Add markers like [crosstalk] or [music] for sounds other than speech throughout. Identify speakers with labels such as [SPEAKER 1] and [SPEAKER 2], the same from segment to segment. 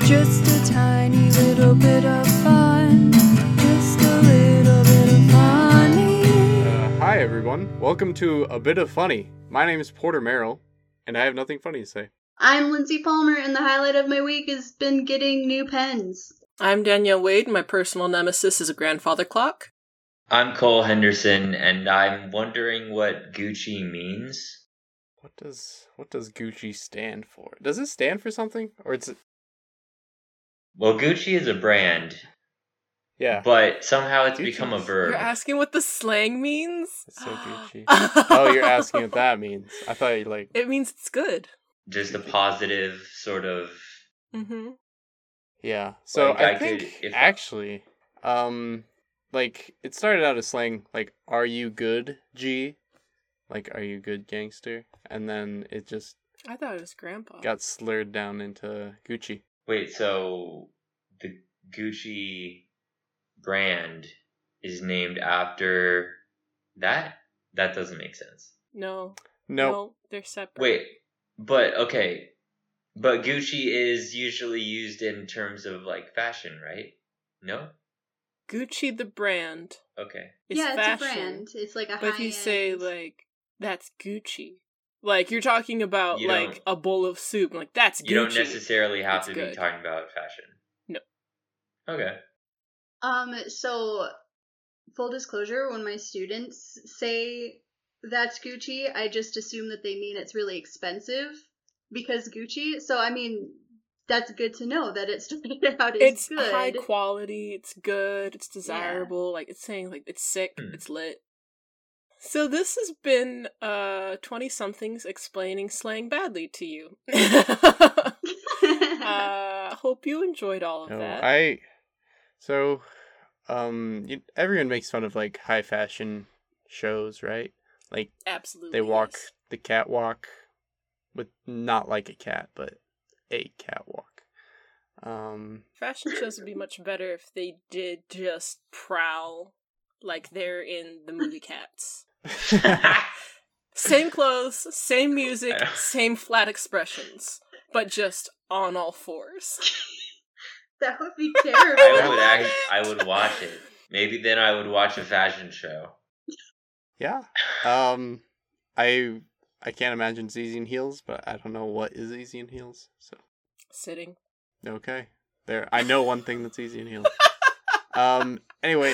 [SPEAKER 1] Just a tiny little bit of fun. Just a little bit of funny.
[SPEAKER 2] Uh, hi, everyone. Welcome to A Bit of Funny. My name is Porter Merrill, and I have nothing funny to say.
[SPEAKER 3] I'm Lindsay Palmer, and the highlight of my week has been getting new pens.
[SPEAKER 4] I'm Danielle Wade. and My personal nemesis is a grandfather clock.
[SPEAKER 5] I'm Cole Henderson, and I'm wondering what Gucci means.
[SPEAKER 2] What does what does Gucci stand for? Does it stand for something, or it's
[SPEAKER 5] Well, Gucci is a brand,
[SPEAKER 2] yeah?
[SPEAKER 5] but somehow it's
[SPEAKER 2] Gucci.
[SPEAKER 5] become a
[SPEAKER 4] You're
[SPEAKER 5] verb.
[SPEAKER 4] asking what the slang means?
[SPEAKER 2] It's so
[SPEAKER 4] [gasps]
[SPEAKER 2] Gucci. oh, you're asking what that means. I thought you like
[SPEAKER 4] It means it's good.
[SPEAKER 5] Just a positive sort of.
[SPEAKER 4] Mm-hmm.
[SPEAKER 2] yeah. So
[SPEAKER 5] Like,
[SPEAKER 2] I,
[SPEAKER 5] I
[SPEAKER 2] think
[SPEAKER 5] could- if-
[SPEAKER 2] actually, um, like it started out as slang like "Are you good, G?" Like "Are you good, gangster?" And then it just
[SPEAKER 4] I thought it was grandpa.
[SPEAKER 2] got slurred down into Gucci.
[SPEAKER 5] Wait, so the Gucci brand is named after that? That doesn't make sense.
[SPEAKER 4] No,
[SPEAKER 2] No,
[SPEAKER 4] they're separate.
[SPEAKER 5] Wait, but okay. But Gucci is usually used in terms of like fashion, right? No?
[SPEAKER 4] Gucci the brand
[SPEAKER 5] Okay.
[SPEAKER 4] is
[SPEAKER 3] yeah,
[SPEAKER 4] fashion.
[SPEAKER 3] it's a brand. It's like a
[SPEAKER 4] But if you say
[SPEAKER 3] high-end-
[SPEAKER 4] like that's Gucci, like you're talking about
[SPEAKER 5] You
[SPEAKER 4] like
[SPEAKER 5] don't-
[SPEAKER 4] a bowl of soup, like that's Gucci.
[SPEAKER 5] You don't necessarily have
[SPEAKER 4] It's
[SPEAKER 5] to
[SPEAKER 4] good.
[SPEAKER 5] be talking about fashion.
[SPEAKER 4] No.
[SPEAKER 5] Okay.
[SPEAKER 3] Um, so full disclosure, when my students say that's Gucci, I just assume that they mean it's really expensive because Gucci. So I mean, that's good to know that it's [laughs] started out as
[SPEAKER 4] It's
[SPEAKER 3] good.
[SPEAKER 4] high quality. It's good. It's desirable. Like it's saying like it's sick.
[SPEAKER 5] Hmm.
[SPEAKER 4] It's lit. So this has been uh twenty somethings explaining slang badly to you. [laughs]
[SPEAKER 3] [laughs]
[SPEAKER 4] uh, hope you enjoyed all of
[SPEAKER 2] No,
[SPEAKER 4] that.
[SPEAKER 2] Oh, I. So, um, you, everyone makes fun of like high fashion shows, right? Like
[SPEAKER 4] Absolutely,
[SPEAKER 2] they walk
[SPEAKER 4] yes.
[SPEAKER 2] the catwalk with not like a cat, but a catwalk.
[SPEAKER 4] [laughs]
[SPEAKER 2] Um, [laughs]
[SPEAKER 4] Fashion shows would be much better if they did just prowl like they're in the movie Cats. Same clothes, same music, same flat expressions, but just on all fours.
[SPEAKER 3] that would be [laughs]
[SPEAKER 5] I
[SPEAKER 3] terrible.
[SPEAKER 5] would
[SPEAKER 4] love
[SPEAKER 5] act,
[SPEAKER 4] it.
[SPEAKER 5] I would watch it. Maybe then I would watch a fashion show. [laughs]
[SPEAKER 2] yeah. Um, I I can't imagine Zz in heels, but I don't know what is Zz in heels. So
[SPEAKER 4] Sitting.
[SPEAKER 2] okay, there. I know one thing that's Zz in
[SPEAKER 4] [laughs]
[SPEAKER 2] heels. um. Anyway,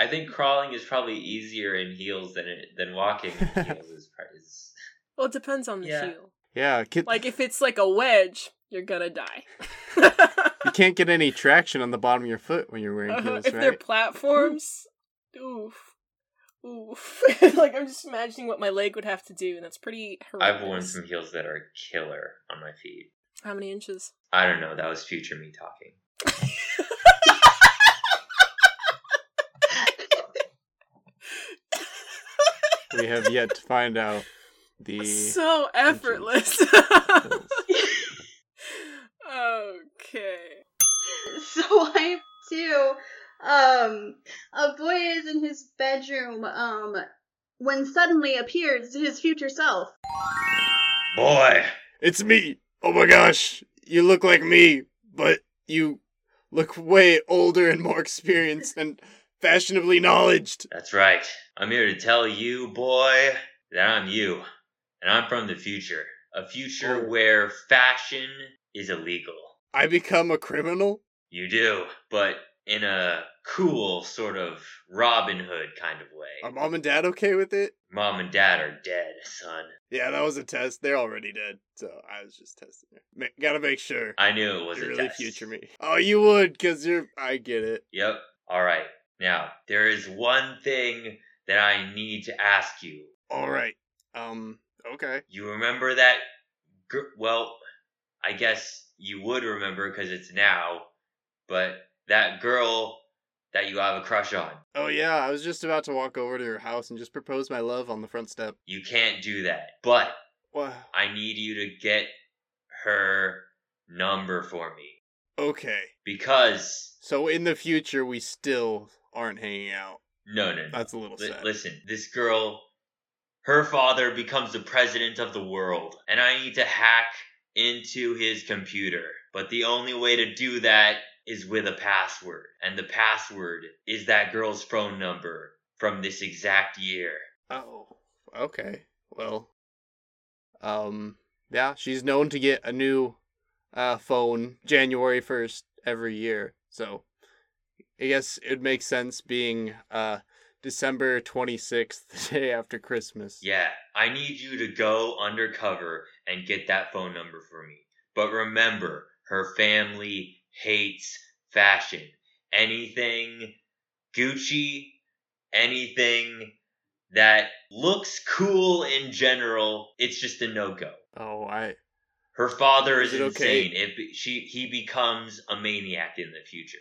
[SPEAKER 5] I think crawling is probably easier in heels than it, than walking in heels is, part- is
[SPEAKER 4] Well, it depends on the
[SPEAKER 5] Yeah.
[SPEAKER 4] heel.
[SPEAKER 2] yeah. Kid,
[SPEAKER 4] Like if it's like a wedge, you're gonna
[SPEAKER 5] [laughs]
[SPEAKER 4] die.
[SPEAKER 2] you can't get any traction on the bottom of your foot when you're
[SPEAKER 4] [laughs]
[SPEAKER 2] wearing heels,
[SPEAKER 4] Uh, if
[SPEAKER 2] right?
[SPEAKER 4] they're platforms, oof, oof. [laughs] like I'm just imagining what my leg would have to do, and that's pretty. Horrendous.
[SPEAKER 5] I've worn some heels that are killer on my feet.
[SPEAKER 4] How many
[SPEAKER 5] [laughs]
[SPEAKER 4] inches? [laughs]
[SPEAKER 5] I don't know, that was future me talking.
[SPEAKER 2] we have yet to find out the
[SPEAKER 4] [laughs] So effortless.
[SPEAKER 2] rules.
[SPEAKER 4] [laughs] okay.
[SPEAKER 3] [laughs] so I too, um, a boy is in his bedroom, um, when suddenly appears his future self.
[SPEAKER 5] Boy!
[SPEAKER 2] it's me oh my gosh you look like me but you look way older and more experienced and fashionably knowledged
[SPEAKER 5] That's right. I'm here to tell you, boy, that I'm you. And I'm from the future. A future
[SPEAKER 2] Oh.
[SPEAKER 5] where fashion is illegal.
[SPEAKER 2] i become a criminal
[SPEAKER 5] You do, but in a cool sort of Robin Hood kind of way.
[SPEAKER 2] are mom and dad okay with it
[SPEAKER 5] Mom and dad are dead, son.
[SPEAKER 2] yeah that was a test they're already dead so i was just testing it. Ma- gotta make sure
[SPEAKER 5] I knew it was
[SPEAKER 2] you
[SPEAKER 5] a
[SPEAKER 2] really
[SPEAKER 5] test.
[SPEAKER 2] future me oh you would because you're i get it
[SPEAKER 5] Yep. All right. Now, there is one thing that I need to ask you.
[SPEAKER 2] all right um okay
[SPEAKER 5] You remember that? Gr- well, I guess you would remember because it's now, but that girl that you have a crush on,
[SPEAKER 2] oh yeah i was just about to walk over to her house and just propose my love on the front step
[SPEAKER 5] you can't do that. But
[SPEAKER 2] wow
[SPEAKER 5] I need you to get her number for me
[SPEAKER 2] okay
[SPEAKER 5] because
[SPEAKER 2] So in the future, we still aren't hanging out.
[SPEAKER 5] no, no, no.
[SPEAKER 2] That's a little
[SPEAKER 5] Li-
[SPEAKER 2] sad.
[SPEAKER 5] listen, this girl, her father becomes the president of the world, and I need to hack into his computer. But the only way to do that is with a password. And the password is that girl's phone number from this exact year.
[SPEAKER 2] Oh, okay. Well, um, yeah, she's known to get a new uh, phone January 1st every year. So I guess it makes sense being uh, December 26th, [laughs] the day after Christmas.
[SPEAKER 5] Yeah, I need you to go undercover and get that phone number for me. But remember, her family hates fashion. Anything Gucci, anything that looks cool in general, it's just a no go.
[SPEAKER 2] Oh, I.
[SPEAKER 5] Her father
[SPEAKER 2] Is
[SPEAKER 5] is,
[SPEAKER 2] it okay?
[SPEAKER 5] insane. It be she he becomes a maniac in the future.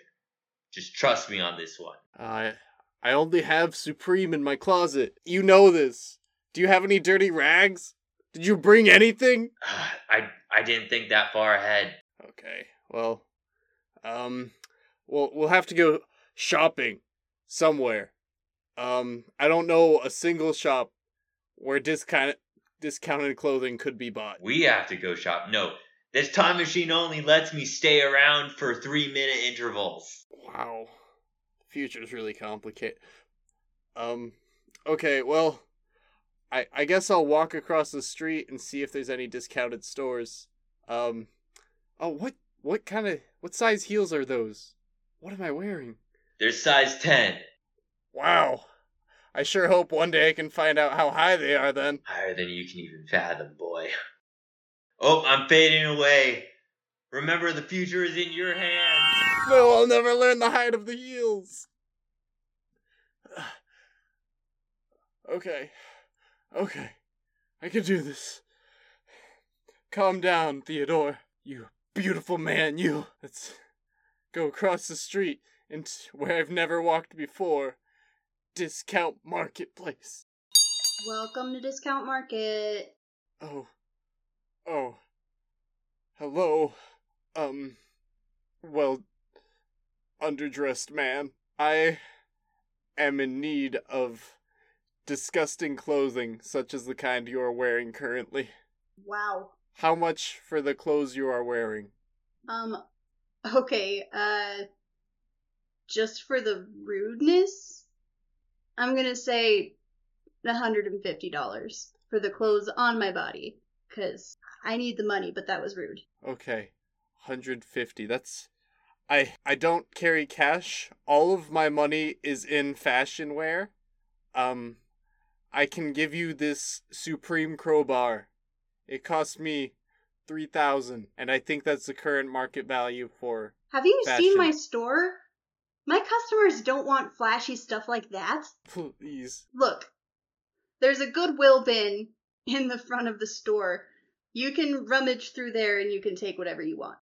[SPEAKER 5] Just trust me on this one. [sighs]
[SPEAKER 2] I I only have Supreme in my closet. You know this. Do you have any dirty rags? Did you bring anything?
[SPEAKER 5] I I didn't think that far ahead.
[SPEAKER 2] Okay. Well, um, well, we'll have to go shopping somewhere. Um, I don't know a single shop where discount discounted clothing could be bought.
[SPEAKER 5] We have to go shop. No, this time machine only lets me stay around for three minute intervals.
[SPEAKER 2] Wow, the future's really complicated. Um, okay. Well, I I guess I'll walk across the street and see if there's any discounted stores. Um, oh, what what kind of what size heels are those? What am I wearing?
[SPEAKER 5] There's size ten.
[SPEAKER 2] Wow. I sure hope one day I can find out how high they are then.
[SPEAKER 5] Higher than you can even fathom, boy. [laughs] Oh, I'm fading away. Remember, the future is in your hands.
[SPEAKER 2] No, I'll never learn the height of the heels. [sighs] Okay. Okay. I can do this. Calm down, Theodore. You beautiful man, you. Let's go across the street and where I've never walked before. Discount marketplace.
[SPEAKER 3] Welcome to Discount Market.
[SPEAKER 2] Oh. Oh. Hello. Um. Well, underdressed man. I am in need of disgusting clothing, such as the kind you are wearing currently.
[SPEAKER 3] Wow.
[SPEAKER 2] How much for the clothes you are wearing?
[SPEAKER 3] Um, okay, uh, just for the rudeness, I'm gonna say $150 for the clothes on my body, because I need the money, but that was rude.
[SPEAKER 2] Okay. 150. That's I I don't carry cash. All of my money is in fashion wear. Um I can give you this Supreme crowbar. It cost me 3000 and I think that's the current market value for.
[SPEAKER 3] Have you seen
[SPEAKER 2] Fashion.
[SPEAKER 3] my store? My customers don't want flashy stuff like that.
[SPEAKER 2] Please.
[SPEAKER 3] Look, there's a Goodwill bin in the front of the store. You can rummage through there and you can take whatever you want.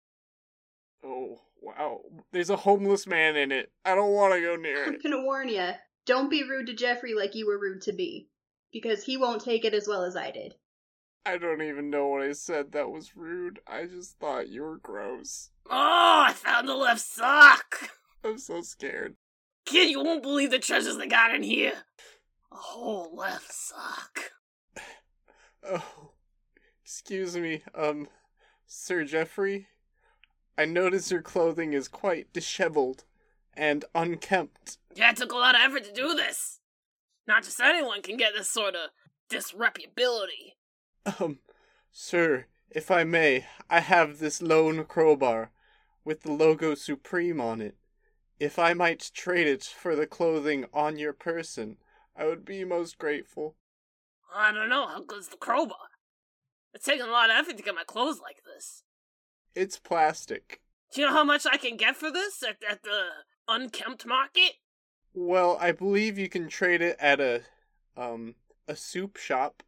[SPEAKER 2] Oh, wow. There's a homeless man in it. I don't want to go near
[SPEAKER 3] I'm [laughs]
[SPEAKER 2] it.
[SPEAKER 3] gonna warn you. Don't be rude to Jeffrey like you were rude to me, because he won't take it as well as I did.
[SPEAKER 2] I don't even know what I said. That was rude. I just thought you were gross.
[SPEAKER 4] Oh, I found the left sock!
[SPEAKER 2] I'm so scared.
[SPEAKER 4] Kid, you won't believe the treasures they got in here. A whole left sock.
[SPEAKER 2] Oh, excuse me, um, Sir Geoffrey. I notice your clothing is quite disheveled and unkempt.
[SPEAKER 4] Yeah, it took a lot of effort to do this. Not just anyone can get this sort of disreputability.
[SPEAKER 2] Um, sir, if I may, I have this lone crowbar with the logo Supreme on it. If I might trade it for the clothing on your person, I would be most grateful.
[SPEAKER 4] I don't know, how good's the crowbar? It's taking a lot of effort to get my clothes like this.
[SPEAKER 2] It's plastic.
[SPEAKER 4] Do you know how much I can get for this at, at the unkempt market?
[SPEAKER 2] Well, I believe you can trade it at a um a soup shop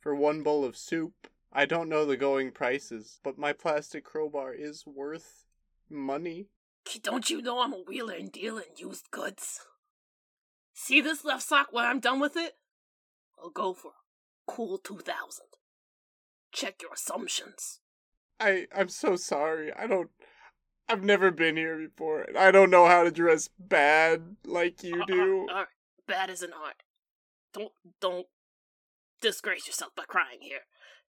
[SPEAKER 2] for one bowl of soup. I don't know the going prices, but my plastic crowbar is worth money.
[SPEAKER 4] Kid, Don't you know I'm a wheeler and dealer in used goods? See this left sock when I'm done with it? I'll go for a cool 2000. Check your assumptions.
[SPEAKER 2] I I'm so sorry. I don't I've never been here before and I don't know how to dress bad like
[SPEAKER 4] Uh,
[SPEAKER 2] you do.
[SPEAKER 4] Alright, bad is an art. Don't, don't disgrace yourself by crying here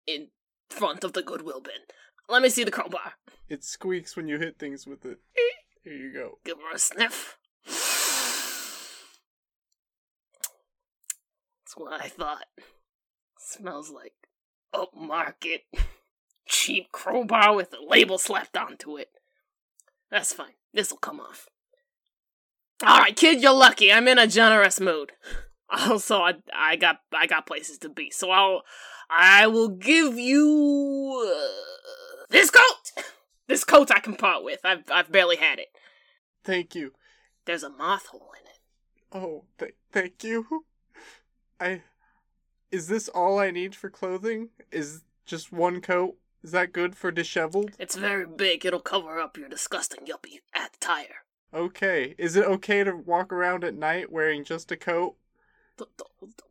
[SPEAKER 4] in front of the Goodwill bin. Let me see the crowbar.
[SPEAKER 2] It squeaks when you hit things with it. Here you go.
[SPEAKER 4] Give her a sniff. That's what I thought. Smells like upmarket, cheap crowbar with a label slapped onto it. That's fine. This'll come off. Alright, kid, you're lucky. I'm in a generous mood. Also, I, I got I got places to be, so I'll I will give you uh, this coat. This coat I can part with. I've I've barely had it.
[SPEAKER 2] Thank you.
[SPEAKER 4] There's a moth hole in it.
[SPEAKER 2] Oh, th- thank you. [laughs] I. Is this all I need for clothing? Is just one coat? Is that good for disheveled?
[SPEAKER 4] It's very big. It'll cover up your disgusting yuppie attire.
[SPEAKER 2] Okay. Is it okay to walk around at night wearing just a coat?
[SPEAKER 4] Th- th-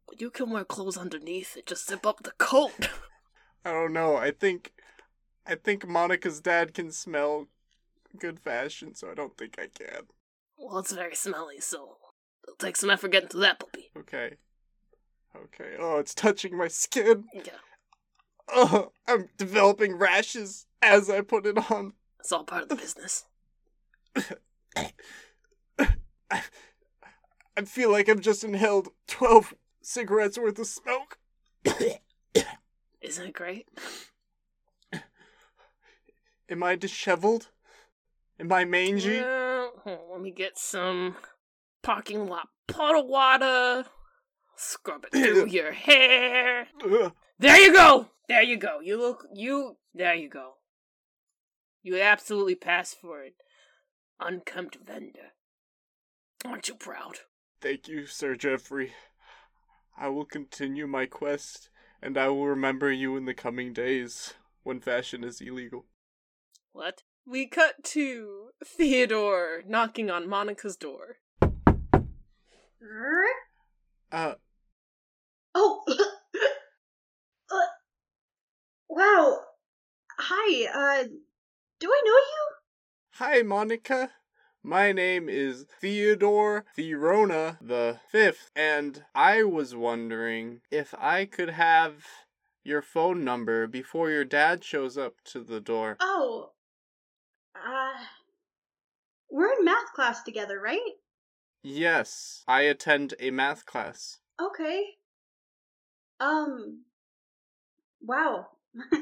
[SPEAKER 4] th- You can wear clothes underneath it. Just zip up the coat. [laughs]
[SPEAKER 2] I don't know. I think. I think Monica's dad can smell good fashion, so I don't think I can.
[SPEAKER 4] well, it's very smelly, so it'll take some effort getting to that puppy.
[SPEAKER 2] Okay. Okay. Oh, it's touching my skin. [laughs]
[SPEAKER 4] Yeah,
[SPEAKER 2] Oh, I'm developing rashes as I put it on.
[SPEAKER 4] it's all part of the business.
[SPEAKER 2] I feel like I've just inhaled 12 cigarettes worth of smoke.
[SPEAKER 4] Isn't it great?
[SPEAKER 2] Am I disheveled? Am I mangy?
[SPEAKER 4] Uh, hold on, let me get some parking lot puddle water. Scrub it through your hair.
[SPEAKER 2] Ugh.
[SPEAKER 4] There you go. There you go. You look. You. There you go. You absolutely pass for an unkempt vendor. Aren't you proud?
[SPEAKER 2] Thank you, Sir Geoffrey. I will continue my quest, and I will remember you in the coming days when fashion is illegal.
[SPEAKER 4] What? We cut to Theodore knocking on Monica's door.
[SPEAKER 3] Err?
[SPEAKER 2] Uh,
[SPEAKER 3] Oh. [laughs] Uh, wow. Hi. Uh, do I know you?
[SPEAKER 2] hi, Monica. My name is Theodore Therona the Fifth, and I was wondering if I could have your phone number before your dad shows up to the door.
[SPEAKER 3] Oh. Uh, we're in math class together, right?
[SPEAKER 2] Yes, I attend a math class.
[SPEAKER 3] Okay. Um. Wow. [laughs]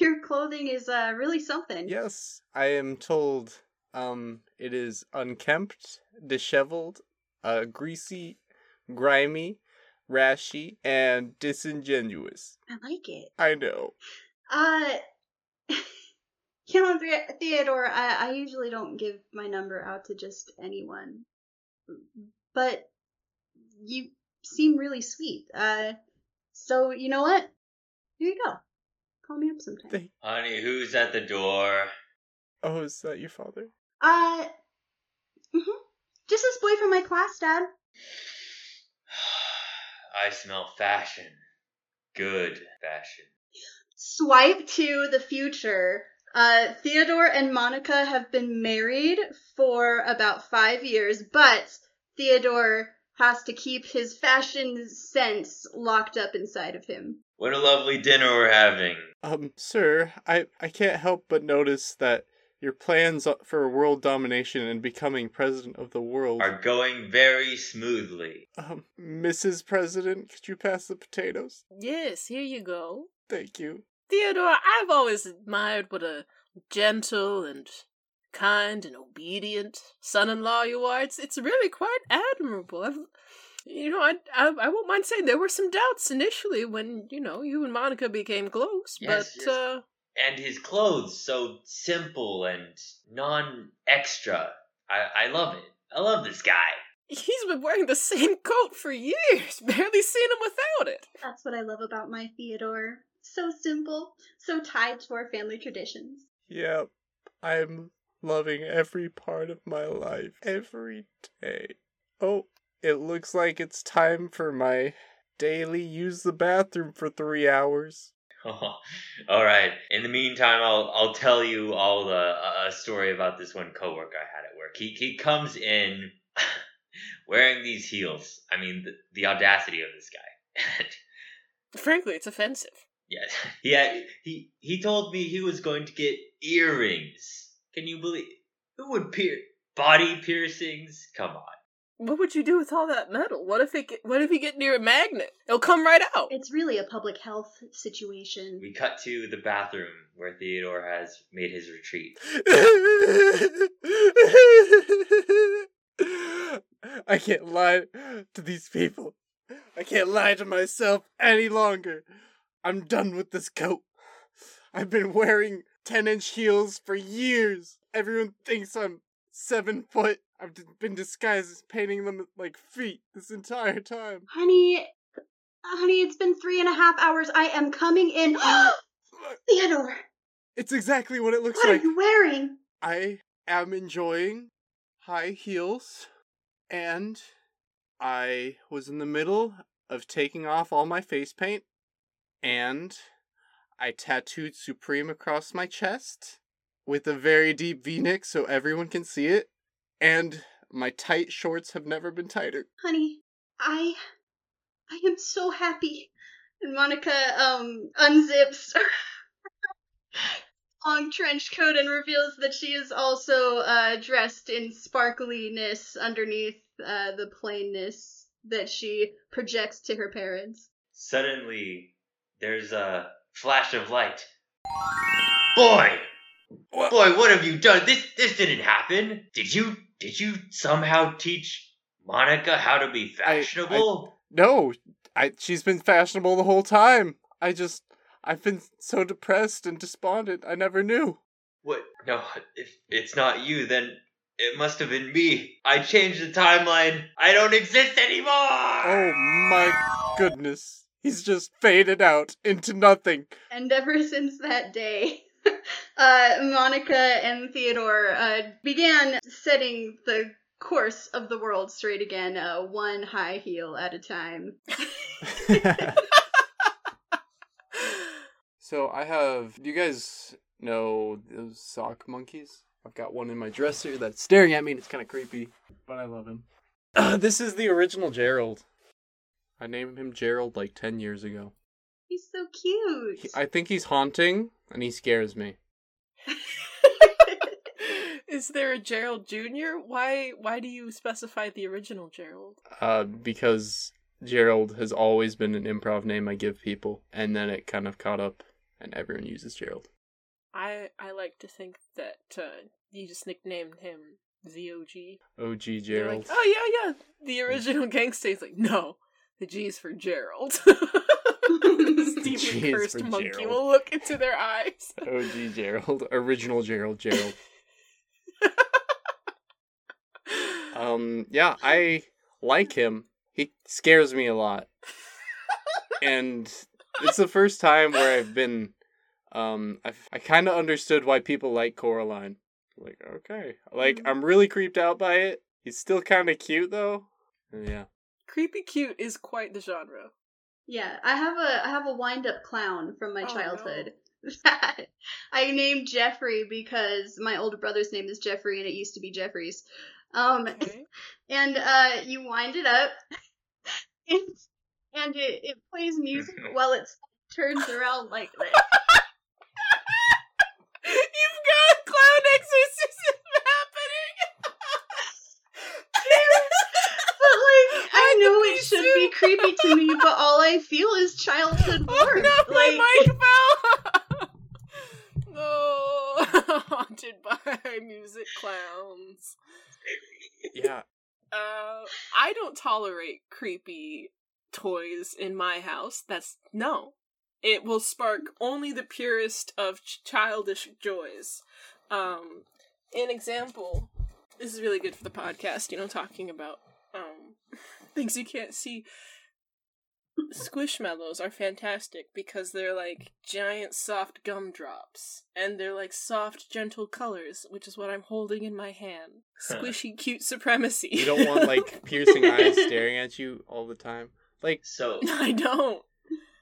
[SPEAKER 3] Your clothing is uh really something.
[SPEAKER 2] Yes, I am told um it is unkempt, disheveled, uh greasy, grimy, rashy, and disingenuous.
[SPEAKER 3] I like it.
[SPEAKER 2] I know.
[SPEAKER 3] Uh, [laughs] you know, The- Theodore, I, I usually don't give my number out to just anyone, but you seem really sweet. Uh, so you know what? Here you go. Call me up sometime.
[SPEAKER 2] Thank-
[SPEAKER 5] Honey, who's at the door? [sighs]
[SPEAKER 2] Oh, is that your father?
[SPEAKER 3] uh, hmm just this boy from my class, Dad.
[SPEAKER 5] I smell fashion. Good fashion.
[SPEAKER 3] Swipe to the future. Uh, Theodore and Monica have been married for about five years, but Theodore has to keep his fashion sense locked up inside of him.
[SPEAKER 5] What a lovely dinner we're having.
[SPEAKER 2] Um, sir, I I can't help but notice that your plans for world domination and becoming president of the world.
[SPEAKER 5] Are going very smoothly.
[SPEAKER 2] Um, Mrs. President, could you pass the potatoes?
[SPEAKER 4] Yes, here you go.
[SPEAKER 2] Thank you.
[SPEAKER 4] Theodore, I've always admired what a gentle and kind and obedient son-in-law you are. It's it's really quite admirable. I've, you know, I, I I won't mind saying there were some doubts initially when you know you and Monica became close,
[SPEAKER 5] Yes,
[SPEAKER 4] but
[SPEAKER 5] yes.
[SPEAKER 4] uh,
[SPEAKER 5] And his clothes so simple and non extra. I, I love it. I love this guy. [laughs]
[SPEAKER 4] he's been wearing the same [laughs] coat for years. Barely seen him without it.
[SPEAKER 3] That's what I love about my Theodore. So simple, so tied to our family traditions.
[SPEAKER 2] Yeah, I'm loving every part of my life every day. Oh, it looks like it's time for my daily use the bathroom for three hours.
[SPEAKER 5] all right. In the meantime, I'll I'll tell you all the uh, a story about this one coworker I had at work. He he comes in [laughs] wearing these heels. I mean, the, the audacity of this guy. [laughs]
[SPEAKER 4] Frankly, it's offensive.
[SPEAKER 5] Yeah, he had, he he told me he was going to get earrings. Can you believe? Who would pier body piercings? Come on.
[SPEAKER 4] What would you do with all that metal? What if it? Get, what if you get near a magnet? It'll come right out.
[SPEAKER 3] It's really a public health situation.
[SPEAKER 5] We cut to the bathroom where Theodore has made his retreat.
[SPEAKER 2] I can't lie to these people. I can't lie to myself any longer. I'm done with this coat. I've been wearing 10 inch heels for years. Everyone thinks I'm 7 foot. I've d- been disguised as painting them like feet this entire time.
[SPEAKER 3] Honey, honey, it's been three and a half hours. I am coming in. [gasps] Theodore,
[SPEAKER 2] It's exactly what it looks
[SPEAKER 3] what are
[SPEAKER 2] like.
[SPEAKER 3] you wearing?
[SPEAKER 2] I am enjoying high heels, and I was in the middle of taking off all my face paint, and I tattooed Supreme across my chest with a very deep v neck so everyone can see it, and my tight shorts have never been tighter.
[SPEAKER 3] honey, I, I am so happy. And Monica um unzips her [laughs] long trench coat and reveals that she is also uh, dressed in sparkliness underneath uh, the plainness that she projects to her parents.
[SPEAKER 5] Suddenly, there's a flash of light. Boy,
[SPEAKER 2] What?
[SPEAKER 5] boy, what have you done? This this didn't happen. Did you did you somehow teach Monica how to be
[SPEAKER 2] I- I-
[SPEAKER 5] fashionable?
[SPEAKER 2] No, I she's been fashionable the whole time. I just I've been so depressed and despondent. I never knew.
[SPEAKER 5] What? No, if it's not you, then it must have been me. I changed the timeline. I don't exist anymore.
[SPEAKER 2] Oh my goodness. He's just faded out into nothing.
[SPEAKER 3] And ever [laughs] since that day, [laughs] uh, Monica and Theodore uh, began setting the course of the world straight again, uh, one high heel at a time.
[SPEAKER 2] so I have. Do you guys know those sock monkeys? I've got one in my dresser that's staring at me and it's kind of creepy, but I love him. [clears throat] Uh, this is the original Gerald. I named him Gerald like 10 years ago.
[SPEAKER 3] He's so cute.
[SPEAKER 2] He, I [laughs] think he's haunting and he scares me.
[SPEAKER 4] [laughs] Is there a Gerald Jr.? Why? Why do you specify the original Gerald?
[SPEAKER 2] Uh, because Gerald has always been an improv name I give people, and then it kind of caught up, and everyone uses Gerald.
[SPEAKER 4] I I like to think that uh, you just nicknamed him ZOG.
[SPEAKER 2] OG
[SPEAKER 4] They're
[SPEAKER 2] Gerald. Mm.
[SPEAKER 4] Like, oh yeah, yeah. The original gangsta is like, no, the G is for
[SPEAKER 2] [laughs]
[SPEAKER 4] Gerald. [laughs]
[SPEAKER 2] G
[SPEAKER 4] Stephen
[SPEAKER 2] is
[SPEAKER 4] cursed
[SPEAKER 2] for
[SPEAKER 4] monkey
[SPEAKER 2] Gerald.
[SPEAKER 4] will look into their
[SPEAKER 2] [laughs]
[SPEAKER 4] eyes. [laughs]
[SPEAKER 2] OG Gerald. Original Gerald Gerald. Um yeah, I like him. He scares me a lot. and it's the first time where I've been um I I kind of understood why people like Coraline. Like, okay. Like I'm really creeped out by it. He's still kind of cute though. Yeah.
[SPEAKER 4] Creepy cute is quite the genre.
[SPEAKER 3] [laughs] yeah, I have a I have a wind up clown from my
[SPEAKER 4] Oh,
[SPEAKER 3] childhood. [laughs] That I named Jeffrey because my older brother's name is Jeffrey and it used to be Jeffrey's. Um,
[SPEAKER 4] Okay. [laughs]
[SPEAKER 3] and uh, you wind it up, [laughs] and, and it, it plays
[SPEAKER 4] [laughs]
[SPEAKER 3] music while it turns around like this. [laughs]
[SPEAKER 4] You've got clown exorcism [laughs] happening.
[SPEAKER 3] But like, I
[SPEAKER 4] I
[SPEAKER 3] know
[SPEAKER 4] think
[SPEAKER 3] it
[SPEAKER 4] me
[SPEAKER 3] should
[SPEAKER 4] too.
[SPEAKER 3] be creepy to
[SPEAKER 4] [laughs]
[SPEAKER 3] me, but all I feel is childhood warmth.
[SPEAKER 4] oh no,
[SPEAKER 3] like,
[SPEAKER 4] my mic [laughs] fell. [laughs] oh, [laughs] haunted by music clowns.
[SPEAKER 2] Yeah.
[SPEAKER 4] Uh, I don't tolerate creepy toys in my house. That's no. It will spark only the purest of ch- childish joys. Um, an example. This is really good for the podcast. You know, talking about um [laughs] things you can't see. Squishmallows are fantastic because they're like giant soft gumdrops and they're like soft gentle colors, which is what I'm holding in my hand.
[SPEAKER 2] Oh.
[SPEAKER 4] Squishy cute supremacy.
[SPEAKER 2] You don't want like [laughs] piercing eyes staring at you all the time. Like
[SPEAKER 5] [laughs] So
[SPEAKER 4] [laughs] I don't.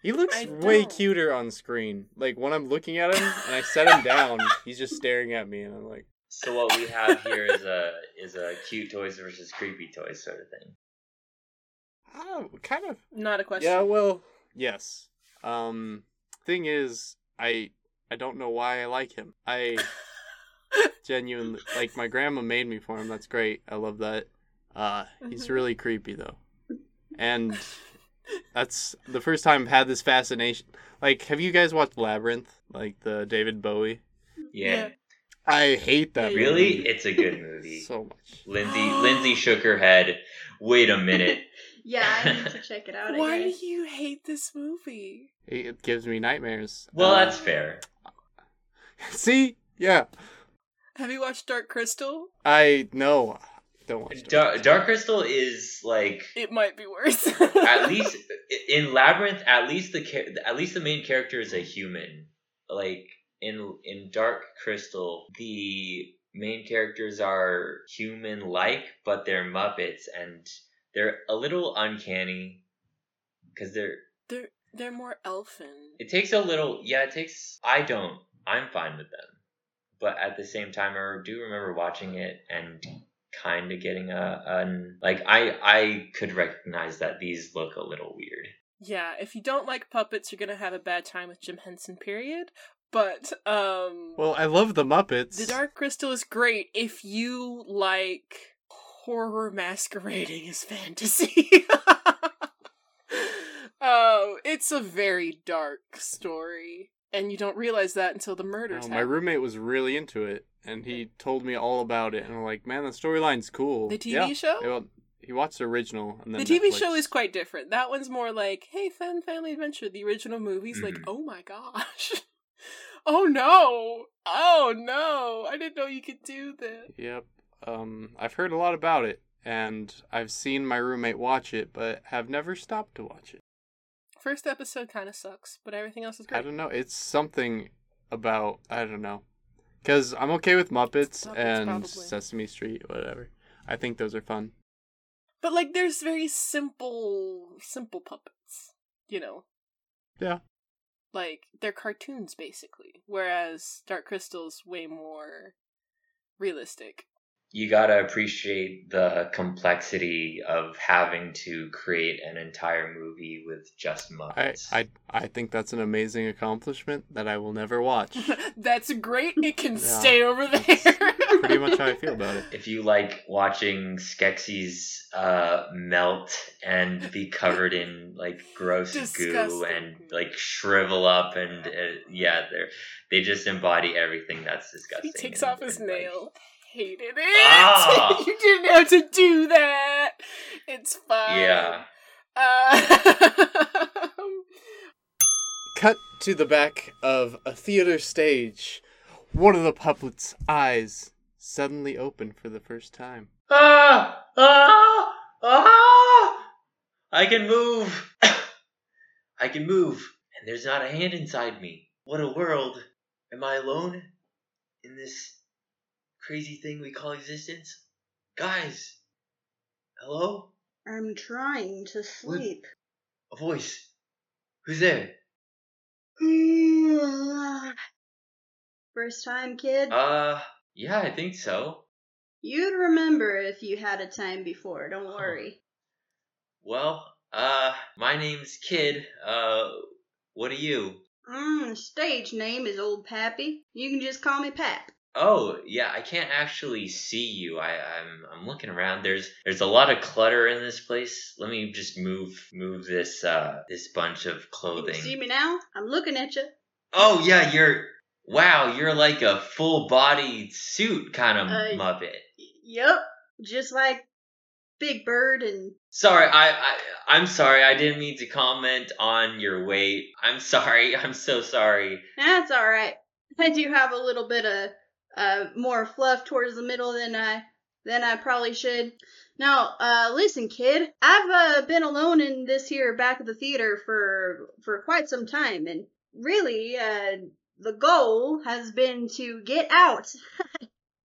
[SPEAKER 2] He looks
[SPEAKER 4] I
[SPEAKER 2] way
[SPEAKER 4] don't.
[SPEAKER 2] cuter on screen. Like when I'm looking at him and I set him
[SPEAKER 4] [laughs]
[SPEAKER 2] down, he's just staring at me, and I'm like,
[SPEAKER 5] so what we have here is a is a cute toys versus creepy toys sort of thing.
[SPEAKER 2] oh, kind of.
[SPEAKER 4] Not a question.
[SPEAKER 2] Yeah, well, yes. Um, thing is, I I don't know why I like him.
[SPEAKER 4] [laughs]
[SPEAKER 2] I genuinely like my grandma made me for him. That's great. I love that. Uh, he's
[SPEAKER 4] Mhm.
[SPEAKER 2] really creepy though, and that's the first time I've had this fascination. Like, have you guys watched Labyrinth? Like the David Bowie.
[SPEAKER 5] Yeah.
[SPEAKER 2] I hate that.
[SPEAKER 4] Yeah,
[SPEAKER 5] Really?
[SPEAKER 2] movie
[SPEAKER 5] It's a good movie.
[SPEAKER 2] so much.
[SPEAKER 5] Lindsay Lindsay shook her head. Wait a minute.
[SPEAKER 3] Yeah, I need
[SPEAKER 4] [laughs]
[SPEAKER 3] to check it out. I
[SPEAKER 4] Why
[SPEAKER 3] guess.
[SPEAKER 4] do you hate this movie?
[SPEAKER 2] It it gives me nightmares.
[SPEAKER 5] Well,
[SPEAKER 2] Uh,
[SPEAKER 5] that's fair.
[SPEAKER 2] [laughs] see, yeah,
[SPEAKER 4] Have you watched Dark Crystal?
[SPEAKER 2] I know. Don't watch it.
[SPEAKER 5] Dark, Dark Crystal is like
[SPEAKER 4] It might be worse.
[SPEAKER 5] at least in Labyrinth. At least the cha- at least the main character is a human. Like in in Dark Crystal, the main characters are human like, but they're Muppets and they're a little uncanny because they're
[SPEAKER 4] [laughs] they're they're more elfin.
[SPEAKER 5] It takes a little. Yeah, it takes. I don't. I'm fine with them. But at the same time, I do remember watching it and kind of getting a an like I I could recognize that these look a little weird.
[SPEAKER 4] Yeah, if you don't like puppets, you're gonna have a bad time with Jim Henson. Period. But um,
[SPEAKER 2] Well, I love the Muppets.
[SPEAKER 4] the Dark Crystal is great if you like horror masquerading as fantasy. [laughs] um, it's a very dark story, and you don't realize that until the
[SPEAKER 2] No,
[SPEAKER 4] murders. happen.
[SPEAKER 2] Oh, my roommate was really into it, and he told me all about it. And I'm like, man, the storyline's cool.
[SPEAKER 4] The TV
[SPEAKER 2] Yeah.
[SPEAKER 4] show?
[SPEAKER 2] Yeah, well, he watched the original, and then
[SPEAKER 4] the TV
[SPEAKER 2] Netflix.
[SPEAKER 4] show is quite different. That one's more like, hey, fun family adventure. The original movie's like,
[SPEAKER 5] Mhm.
[SPEAKER 2] Mm-hmm.
[SPEAKER 4] oh my gosh. [laughs] oh no. Oh no. I didn't know you could do this.
[SPEAKER 2] Yep. Um, I've heard a lot about it, and I've seen my roommate watch it, but have never stopped to watch it.
[SPEAKER 4] First episode kind of sucks, but everything else is
[SPEAKER 2] I
[SPEAKER 4] great.
[SPEAKER 2] don't know. It's something about I don't know, because I'm okay with Muppets,
[SPEAKER 4] Muppets,
[SPEAKER 2] and
[SPEAKER 4] probably.
[SPEAKER 2] Sesame Street, whatever. I think those are fun.
[SPEAKER 4] But like, there's very simple, simple puppets, you know?
[SPEAKER 2] Yeah.
[SPEAKER 4] Like, they're cartoons basically, whereas Dark Crystal's way more realistic. [laughs]
[SPEAKER 5] You gotta appreciate the complexity of having to create an entire movie with just
[SPEAKER 2] I,
[SPEAKER 5] Muppets.
[SPEAKER 2] I I think that's an amazing accomplishment that I will never
[SPEAKER 4] [laughs]
[SPEAKER 2] watch.
[SPEAKER 4] That's great. It can
[SPEAKER 2] Yeah.
[SPEAKER 4] stay over there.
[SPEAKER 2] Pretty much how I feel about it.
[SPEAKER 5] [laughs] if you like watching Skeksis uh, melt and be covered in like gross goo
[SPEAKER 4] Disgusting.
[SPEAKER 5] and like shrivel up and uh, yeah, they are they just embody everything that's disgusting.
[SPEAKER 4] He takes
[SPEAKER 5] and-
[SPEAKER 4] off his
[SPEAKER 5] and, like-
[SPEAKER 4] nail. Hated it.
[SPEAKER 5] Ah!
[SPEAKER 4] [laughs] you didn't have to do that. It's fine. Uh,
[SPEAKER 5] yeah,
[SPEAKER 4] [laughs] Um,
[SPEAKER 2] Cut to the back of a theater stage. One of the puppet's eyes suddenly open for the first time.
[SPEAKER 5] ah, ah, ah! I can move. [coughs] I can move, and there's not a hand inside me. What a world! Am I alone in this crazy thing we call existence? Guys, hello?
[SPEAKER 3] I'm trying to sleep. [sighs]
[SPEAKER 5] A voice. Who's there?
[SPEAKER 3] First time, kid.
[SPEAKER 5] Uh, yeah, I think so.
[SPEAKER 3] You'd remember if you had a time before. Don't worry.
[SPEAKER 5] Well, uh, my name's Kid. Uh, what are you?
[SPEAKER 3] Mm, stage name is Old Pappy. You can just call me Pap.
[SPEAKER 5] Oh yeah, I can't actually see you. I, I'm I'm looking around. There's there's a lot of clutter in this place. Let me just move move this uh this bunch of
[SPEAKER 3] You can
[SPEAKER 5] clothing.
[SPEAKER 3] see me now? I'm looking at you.
[SPEAKER 5] Oh yeah, you're wow. You're like a full body suit kind of
[SPEAKER 3] Uh,
[SPEAKER 5] muppet.
[SPEAKER 3] Yup, just like Big Bird and
[SPEAKER 5] Sorry, I, I I'm sorry. I didn't mean to comment on your weight. I'm sorry. [laughs] I'm so sorry.
[SPEAKER 3] That's all right. I do have a little bit of uh, more fluff towards the middle than I than I probably should. Now, uh, listen, kid. I've uh, been alone in this here back of the theater for for quite some time, and really, uh, the goal has been to get out. [laughs]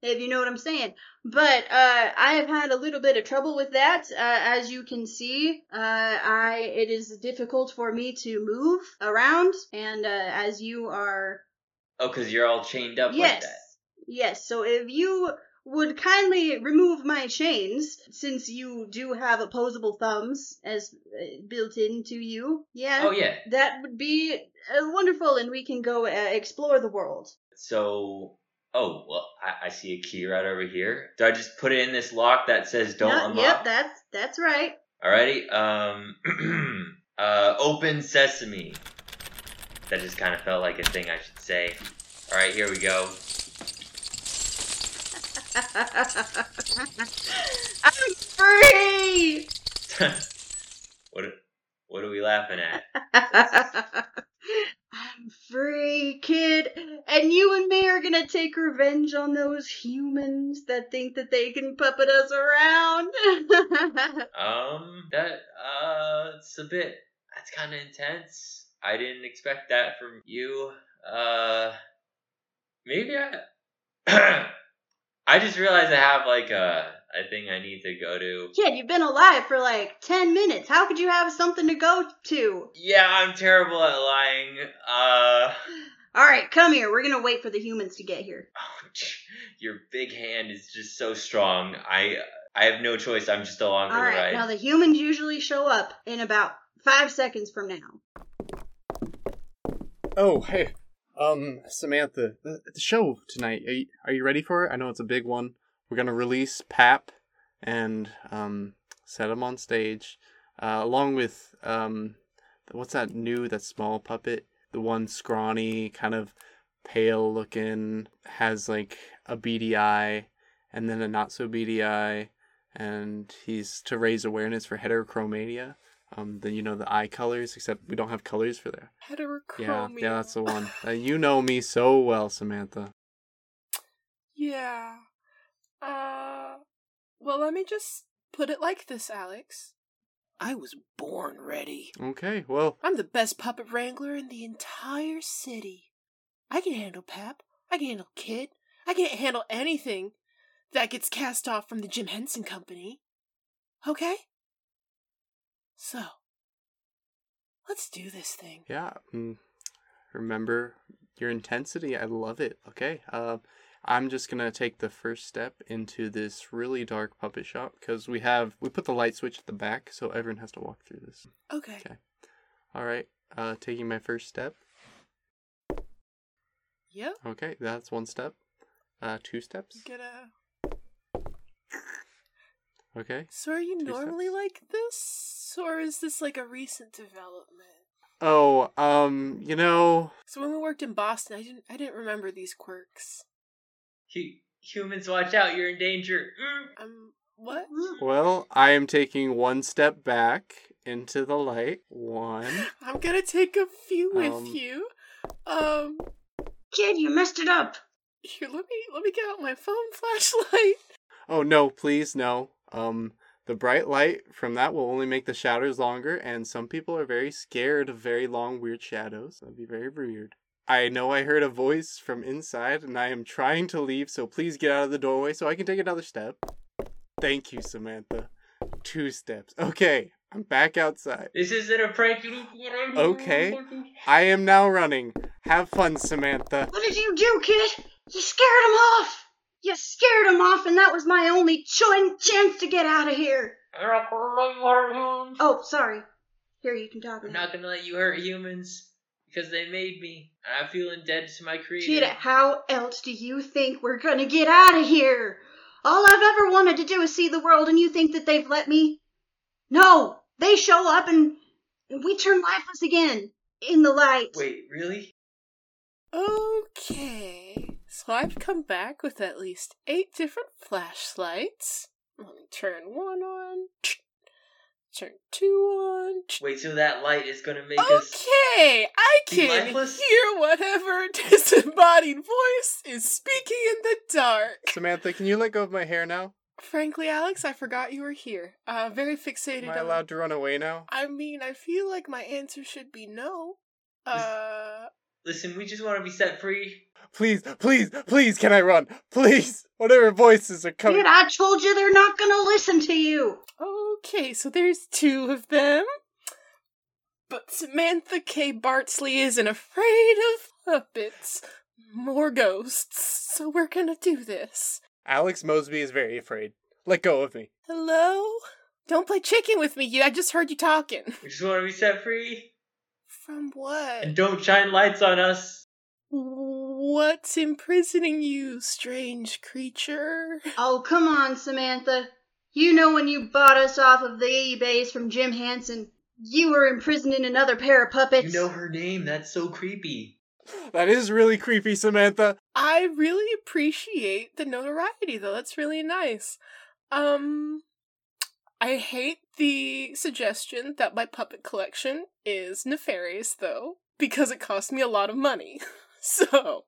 [SPEAKER 3] if you know what I'm saying. But uh, I have had a little bit of trouble with that. Uh, as you can see, uh, I it is difficult for me to move around, and uh, as you are
[SPEAKER 5] Oh, cause you're all chained up like
[SPEAKER 3] yes,
[SPEAKER 5] that.
[SPEAKER 3] yes. So if you would kindly remove my chains since you do have opposable thumbs as uh, built into you. Yeah.
[SPEAKER 5] Oh yeah.
[SPEAKER 3] That would be uh, wonderful, and we can go uh, explore the world.
[SPEAKER 5] So oh well, I, I see a key right over here. Do I just put it in this lock that says don't
[SPEAKER 3] Yeah,
[SPEAKER 5] unlock?
[SPEAKER 3] Yep, that's that's right.
[SPEAKER 5] Alrighty. Um. [clears throat] uh. Open sesame. That just kind of felt like a thing I should say. All right, here we go. [laughs]
[SPEAKER 3] I'm free. [laughs]
[SPEAKER 5] what? What are we laughing at?
[SPEAKER 3] I'm free, kid. And you and me are gonna take revenge on those humans that think that they can puppet us around.
[SPEAKER 5] Um, that uh, it's a bit. That's kind of intense. I didn't expect that from you. Uh, maybe I. [coughs] I just realized I have like a a thing I need to go to.
[SPEAKER 3] [laughs] kid, you've been alive for like ten minutes. How could you have something to go to?
[SPEAKER 5] Yeah, I'm terrible at lying. Uh, [laughs]
[SPEAKER 3] All right, come here. We're gonna wait for the humans to get here.
[SPEAKER 5] your big hand is just so strong. I I have no choice. I'm just along for
[SPEAKER 3] All
[SPEAKER 5] the
[SPEAKER 3] right,
[SPEAKER 5] ride.
[SPEAKER 3] now the humans usually show up in about five seconds from now.
[SPEAKER 2] Oh, hey. Um, Samantha, the, the show tonight. Are you, are you ready for it? I know it's a big one. We're gonna release Pap and um set him on stage, uh, along with um, what's that new that small puppet? The one scrawny, kind of pale looking, has like a beady eye, and then a not so beady eye, and he's to raise awareness for heterochromia. Um, then you know the eye colors, except we don't have colors for there. Yeah,
[SPEAKER 4] Heterochromia.
[SPEAKER 2] yeah, that's the one. Uh, you know me so well, Samantha.
[SPEAKER 4] Yeah. Uh, well, let me just put it like this, Alex. I was born ready.
[SPEAKER 2] Okay, well,
[SPEAKER 4] I'm the best puppet wrangler in the entire city. I can handle Pap. I can handle Kid. I can handle anything that gets cast off from the Jim Henson Company. Okay? So, let's do this thing.
[SPEAKER 2] yeah. mm, Remember your intensity. I love it. Okay. Uh, I'm just gonna take the first step into this really dark puppet shop because we have we put the light switch at the back, so everyone has to walk through this.
[SPEAKER 4] Okay.
[SPEAKER 2] Okay. All right. Uh, taking my first step.
[SPEAKER 4] Yep.
[SPEAKER 2] Okay, that's one step. Uh, two steps.
[SPEAKER 4] Gonna.
[SPEAKER 2] Okay.
[SPEAKER 4] So, are you
[SPEAKER 2] Two
[SPEAKER 4] normally
[SPEAKER 2] steps.
[SPEAKER 4] like this? Or is this like a recent development?
[SPEAKER 2] Oh, um, you know,
[SPEAKER 4] So when we worked in Boston, I didn't I didn't remember these quirks.
[SPEAKER 5] Hu- humans, watch out! You're in danger. Mm.
[SPEAKER 4] Um, what?
[SPEAKER 2] Well, I am taking one step back into the light. One.
[SPEAKER 4] [laughs] I'm gonna take a few with
[SPEAKER 2] Um,
[SPEAKER 4] you. Um,
[SPEAKER 3] Kid, you messed it up.
[SPEAKER 4] here, let me let me get out my phone [laughs] flashlight.
[SPEAKER 2] Oh no, please no. Um the bright light from that will only make the shadows longer and some people are very scared of very long weird shadows. That'd be very weird. I know I heard a voice from inside and I am trying to leave, so please get out of the doorway so I can take another step. Thank you, Samantha. Two steps. Okay, I'm back outside.
[SPEAKER 5] This isn't a prank. Look what I'm
[SPEAKER 2] Okay. I am now running. Have fun, Samantha.
[SPEAKER 3] What did you do, kid? You scared him off. You scared him off, and that was my only cho- chance to get out of here.
[SPEAKER 5] I'm
[SPEAKER 3] Oh, sorry. Here, you can talk now.
[SPEAKER 5] not gonna let you hurt humans because they made me, and I'm feeling dead to my
[SPEAKER 3] Kid,
[SPEAKER 5] creator.
[SPEAKER 3] how else do you think we're gonna get out of here? All I've ever wanted to do is see the world, and you think that they've let me? No! They show up, and and we turn lifeless again in the light.
[SPEAKER 5] Wait, really?
[SPEAKER 4] Okay. So I've come back with at least eight different flashlights. Let me turn one on. Turn two on.
[SPEAKER 5] Wait, so that light is gonna make
[SPEAKER 4] Oh,
[SPEAKER 5] us.
[SPEAKER 4] Okay, I
[SPEAKER 5] Be
[SPEAKER 4] can
[SPEAKER 5] lifeless?
[SPEAKER 4] hear whatever [laughs] disembodied voice is speaking in the dark.
[SPEAKER 2] Samantha, can you let go of my hair now?
[SPEAKER 4] Frankly, Alex, I forgot you were here. Uh, very fixated.
[SPEAKER 2] Am I
[SPEAKER 4] on-
[SPEAKER 2] allowed to run away now?
[SPEAKER 4] I mean, I feel like my answer should be no.
[SPEAKER 2] Mm.
[SPEAKER 4] Uh,
[SPEAKER 5] Listen, we just want to be set free.
[SPEAKER 2] Please, please, please, can I run? Please! Whatever voices are coming.
[SPEAKER 3] Kid, I told you they're not gonna listen to you.
[SPEAKER 4] Uh, okay, so there's two of them. But Samantha K. Bartsley isn't afraid of puppets. More ghosts. So we're gonna do this.
[SPEAKER 2] Alex Mosby is very afraid. Let go of me.
[SPEAKER 4] Hello? Don't play chicken with me. You I just heard you talking.
[SPEAKER 5] We just want to be set free.
[SPEAKER 4] From what?
[SPEAKER 5] And don't shine lights on us.
[SPEAKER 4] What's imprisoning you, strange creature?
[SPEAKER 3] Oh, come on, Samantha. You know when you bought us off of the eBays from Jim Hanson, you were imprisoned in another pair of
[SPEAKER 5] You
[SPEAKER 3] puppets.
[SPEAKER 5] know her name. That's so creepy.
[SPEAKER 2] That is really creepy, Samantha.
[SPEAKER 4] I really appreciate the notoriety though. That's really nice. Um I hate the suggestion that my puppet collection is nefarious though, because it cost me a lot of money. [laughs] So,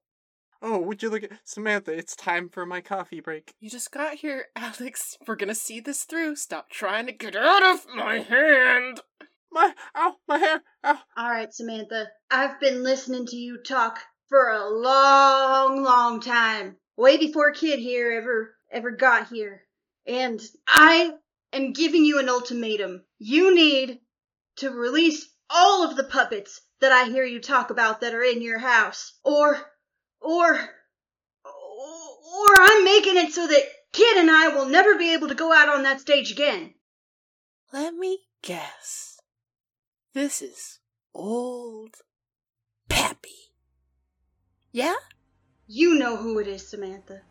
[SPEAKER 2] Oh, would you look at Samantha? It's time for my coffee break.
[SPEAKER 4] you just got here, Alex. We're gonna see this through. Stop trying to get out of my hand.
[SPEAKER 2] My ow, my hair. Ow.
[SPEAKER 3] All right, Samantha. I've been listening to you talk for a long, long time. Way before Kid here ever ever got here. And I am giving you an ultimatum. You need to release all of the puppets that I hear you talk about that are in your house. Or or or I'm making it so that Kid and I will never be able to go out on that stage again.
[SPEAKER 4] Let me guess. This is old Pappy. Yeah?
[SPEAKER 3] You know who it is, Samantha.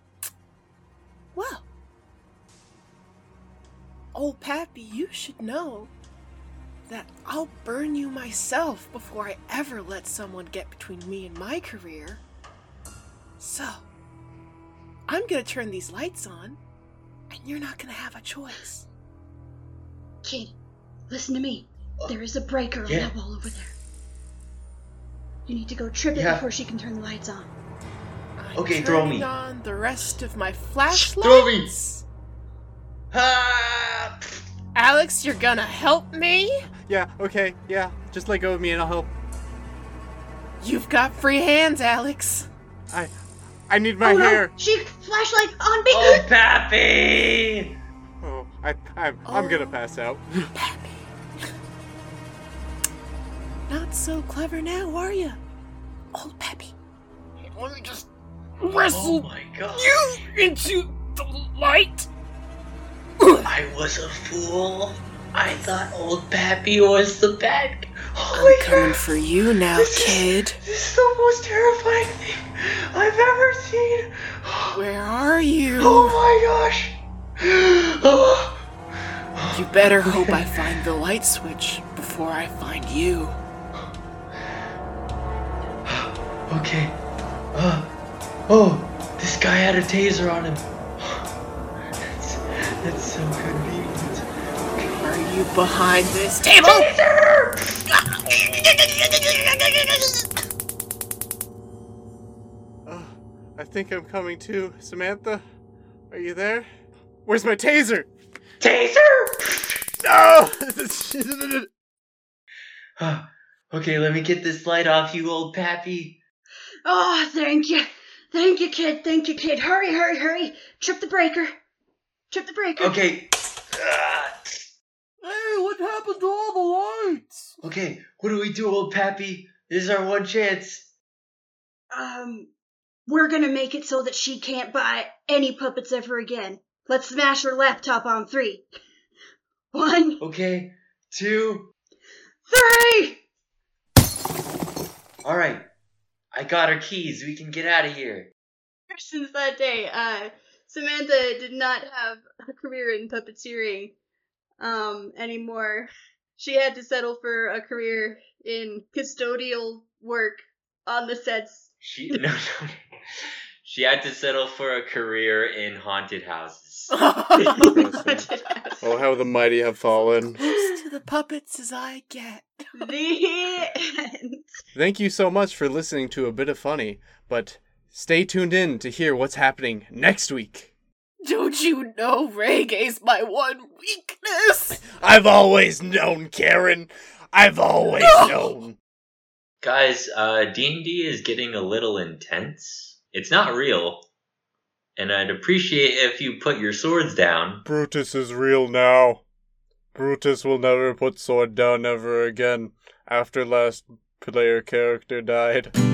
[SPEAKER 4] Well. Old Oh, Pappy, you should know that I'll burn you myself before I ever let someone get between me and my career. So, I'm gonna turn these lights on, and you're not gonna have a choice.
[SPEAKER 3] Kid, listen to me. There is a breaker on
[SPEAKER 5] Yeah.
[SPEAKER 3] that wall over there. You need to go trip it
[SPEAKER 5] Yeah.
[SPEAKER 3] before she can turn the lights on.
[SPEAKER 4] I'm
[SPEAKER 5] Okay, throw me.
[SPEAKER 4] turning on the rest of my flashlights.
[SPEAKER 5] me. Ah!
[SPEAKER 4] Alex, you're gonna help me?
[SPEAKER 2] Yeah, okay, yeah. Just let go of me and I'll help.
[SPEAKER 4] You've got free hands, Alex.
[SPEAKER 2] I I need my
[SPEAKER 3] oh no!
[SPEAKER 2] hair.
[SPEAKER 3] She flashlight on me.
[SPEAKER 5] Oh, Pappy!
[SPEAKER 2] Oh, I I'm I'm
[SPEAKER 3] Oh.
[SPEAKER 2] gonna pass out.
[SPEAKER 4] Pappy. Not so clever now, are you? Old Pappy. Let me just
[SPEAKER 5] Oh
[SPEAKER 4] wrestle
[SPEAKER 5] my god.
[SPEAKER 4] you into the light.
[SPEAKER 5] I was a fool. I thought old Pappy was the bad. Oh, Holy
[SPEAKER 4] I'm coming
[SPEAKER 5] crap.
[SPEAKER 4] for you now,
[SPEAKER 5] This is-
[SPEAKER 4] kid.
[SPEAKER 5] This is the most terrifying thing I've ever seen.
[SPEAKER 4] Where are [gasps] you?
[SPEAKER 5] Oh my gosh. [gasps] Oh.
[SPEAKER 4] You better hope I find the light switch before I find you.
[SPEAKER 5] Okay. Uh, oh, this guy had a taser on him. [sighs] That's, that's so convenient.
[SPEAKER 4] Are you behind this table? [laughs]
[SPEAKER 2] Ugh, I think I'm coming too. Samantha, are you there? Where's my taser? [laughs] Oh,
[SPEAKER 5] Taser! [sighs]
[SPEAKER 2] No!
[SPEAKER 5] Uh, okay, let me get this light off you, old Pappy.
[SPEAKER 3] Oh, thank you, thank you, kid, thank you, kid. Hurry, hurry, hurry! Trip the breaker. Trip the breaker.
[SPEAKER 5] Okay. [sighs] Ah.
[SPEAKER 2] hey, what happened to all the lights?
[SPEAKER 5] Okay, what do we do, old Pappy? This is our one chance.
[SPEAKER 3] Um, we're gonna make it so that she can't buy any puppets ever again. Let's smash her laptop on three. One,
[SPEAKER 5] Okay, two.
[SPEAKER 3] three.
[SPEAKER 5] All right. I got her keys. We can get out of here.
[SPEAKER 3] since that day. Uh, Samantha did not have a career in puppeteering um, anymore. She had to settle for a career in custodial work on the sets.
[SPEAKER 5] She [laughs] no, no. She had to settle for a career in haunted houses.
[SPEAKER 4] [laughs]
[SPEAKER 2] Oh, how the mighty have fallen.
[SPEAKER 4] Close to the puppets as I get.
[SPEAKER 3] [laughs] the end.
[SPEAKER 2] Thank you so much for listening to A Bit of Funny, but stay tuned in to hear what's happening next week.
[SPEAKER 4] Don't you know reggae's my one weakness?
[SPEAKER 2] I've always known, Karen. I've always known.
[SPEAKER 5] Guys, uh, D&D is getting a little intense. It's not real. And I'd appreciate if you put your swords down.
[SPEAKER 2] Brutus is real now. Brutus will never put sword down ever again after last player character died.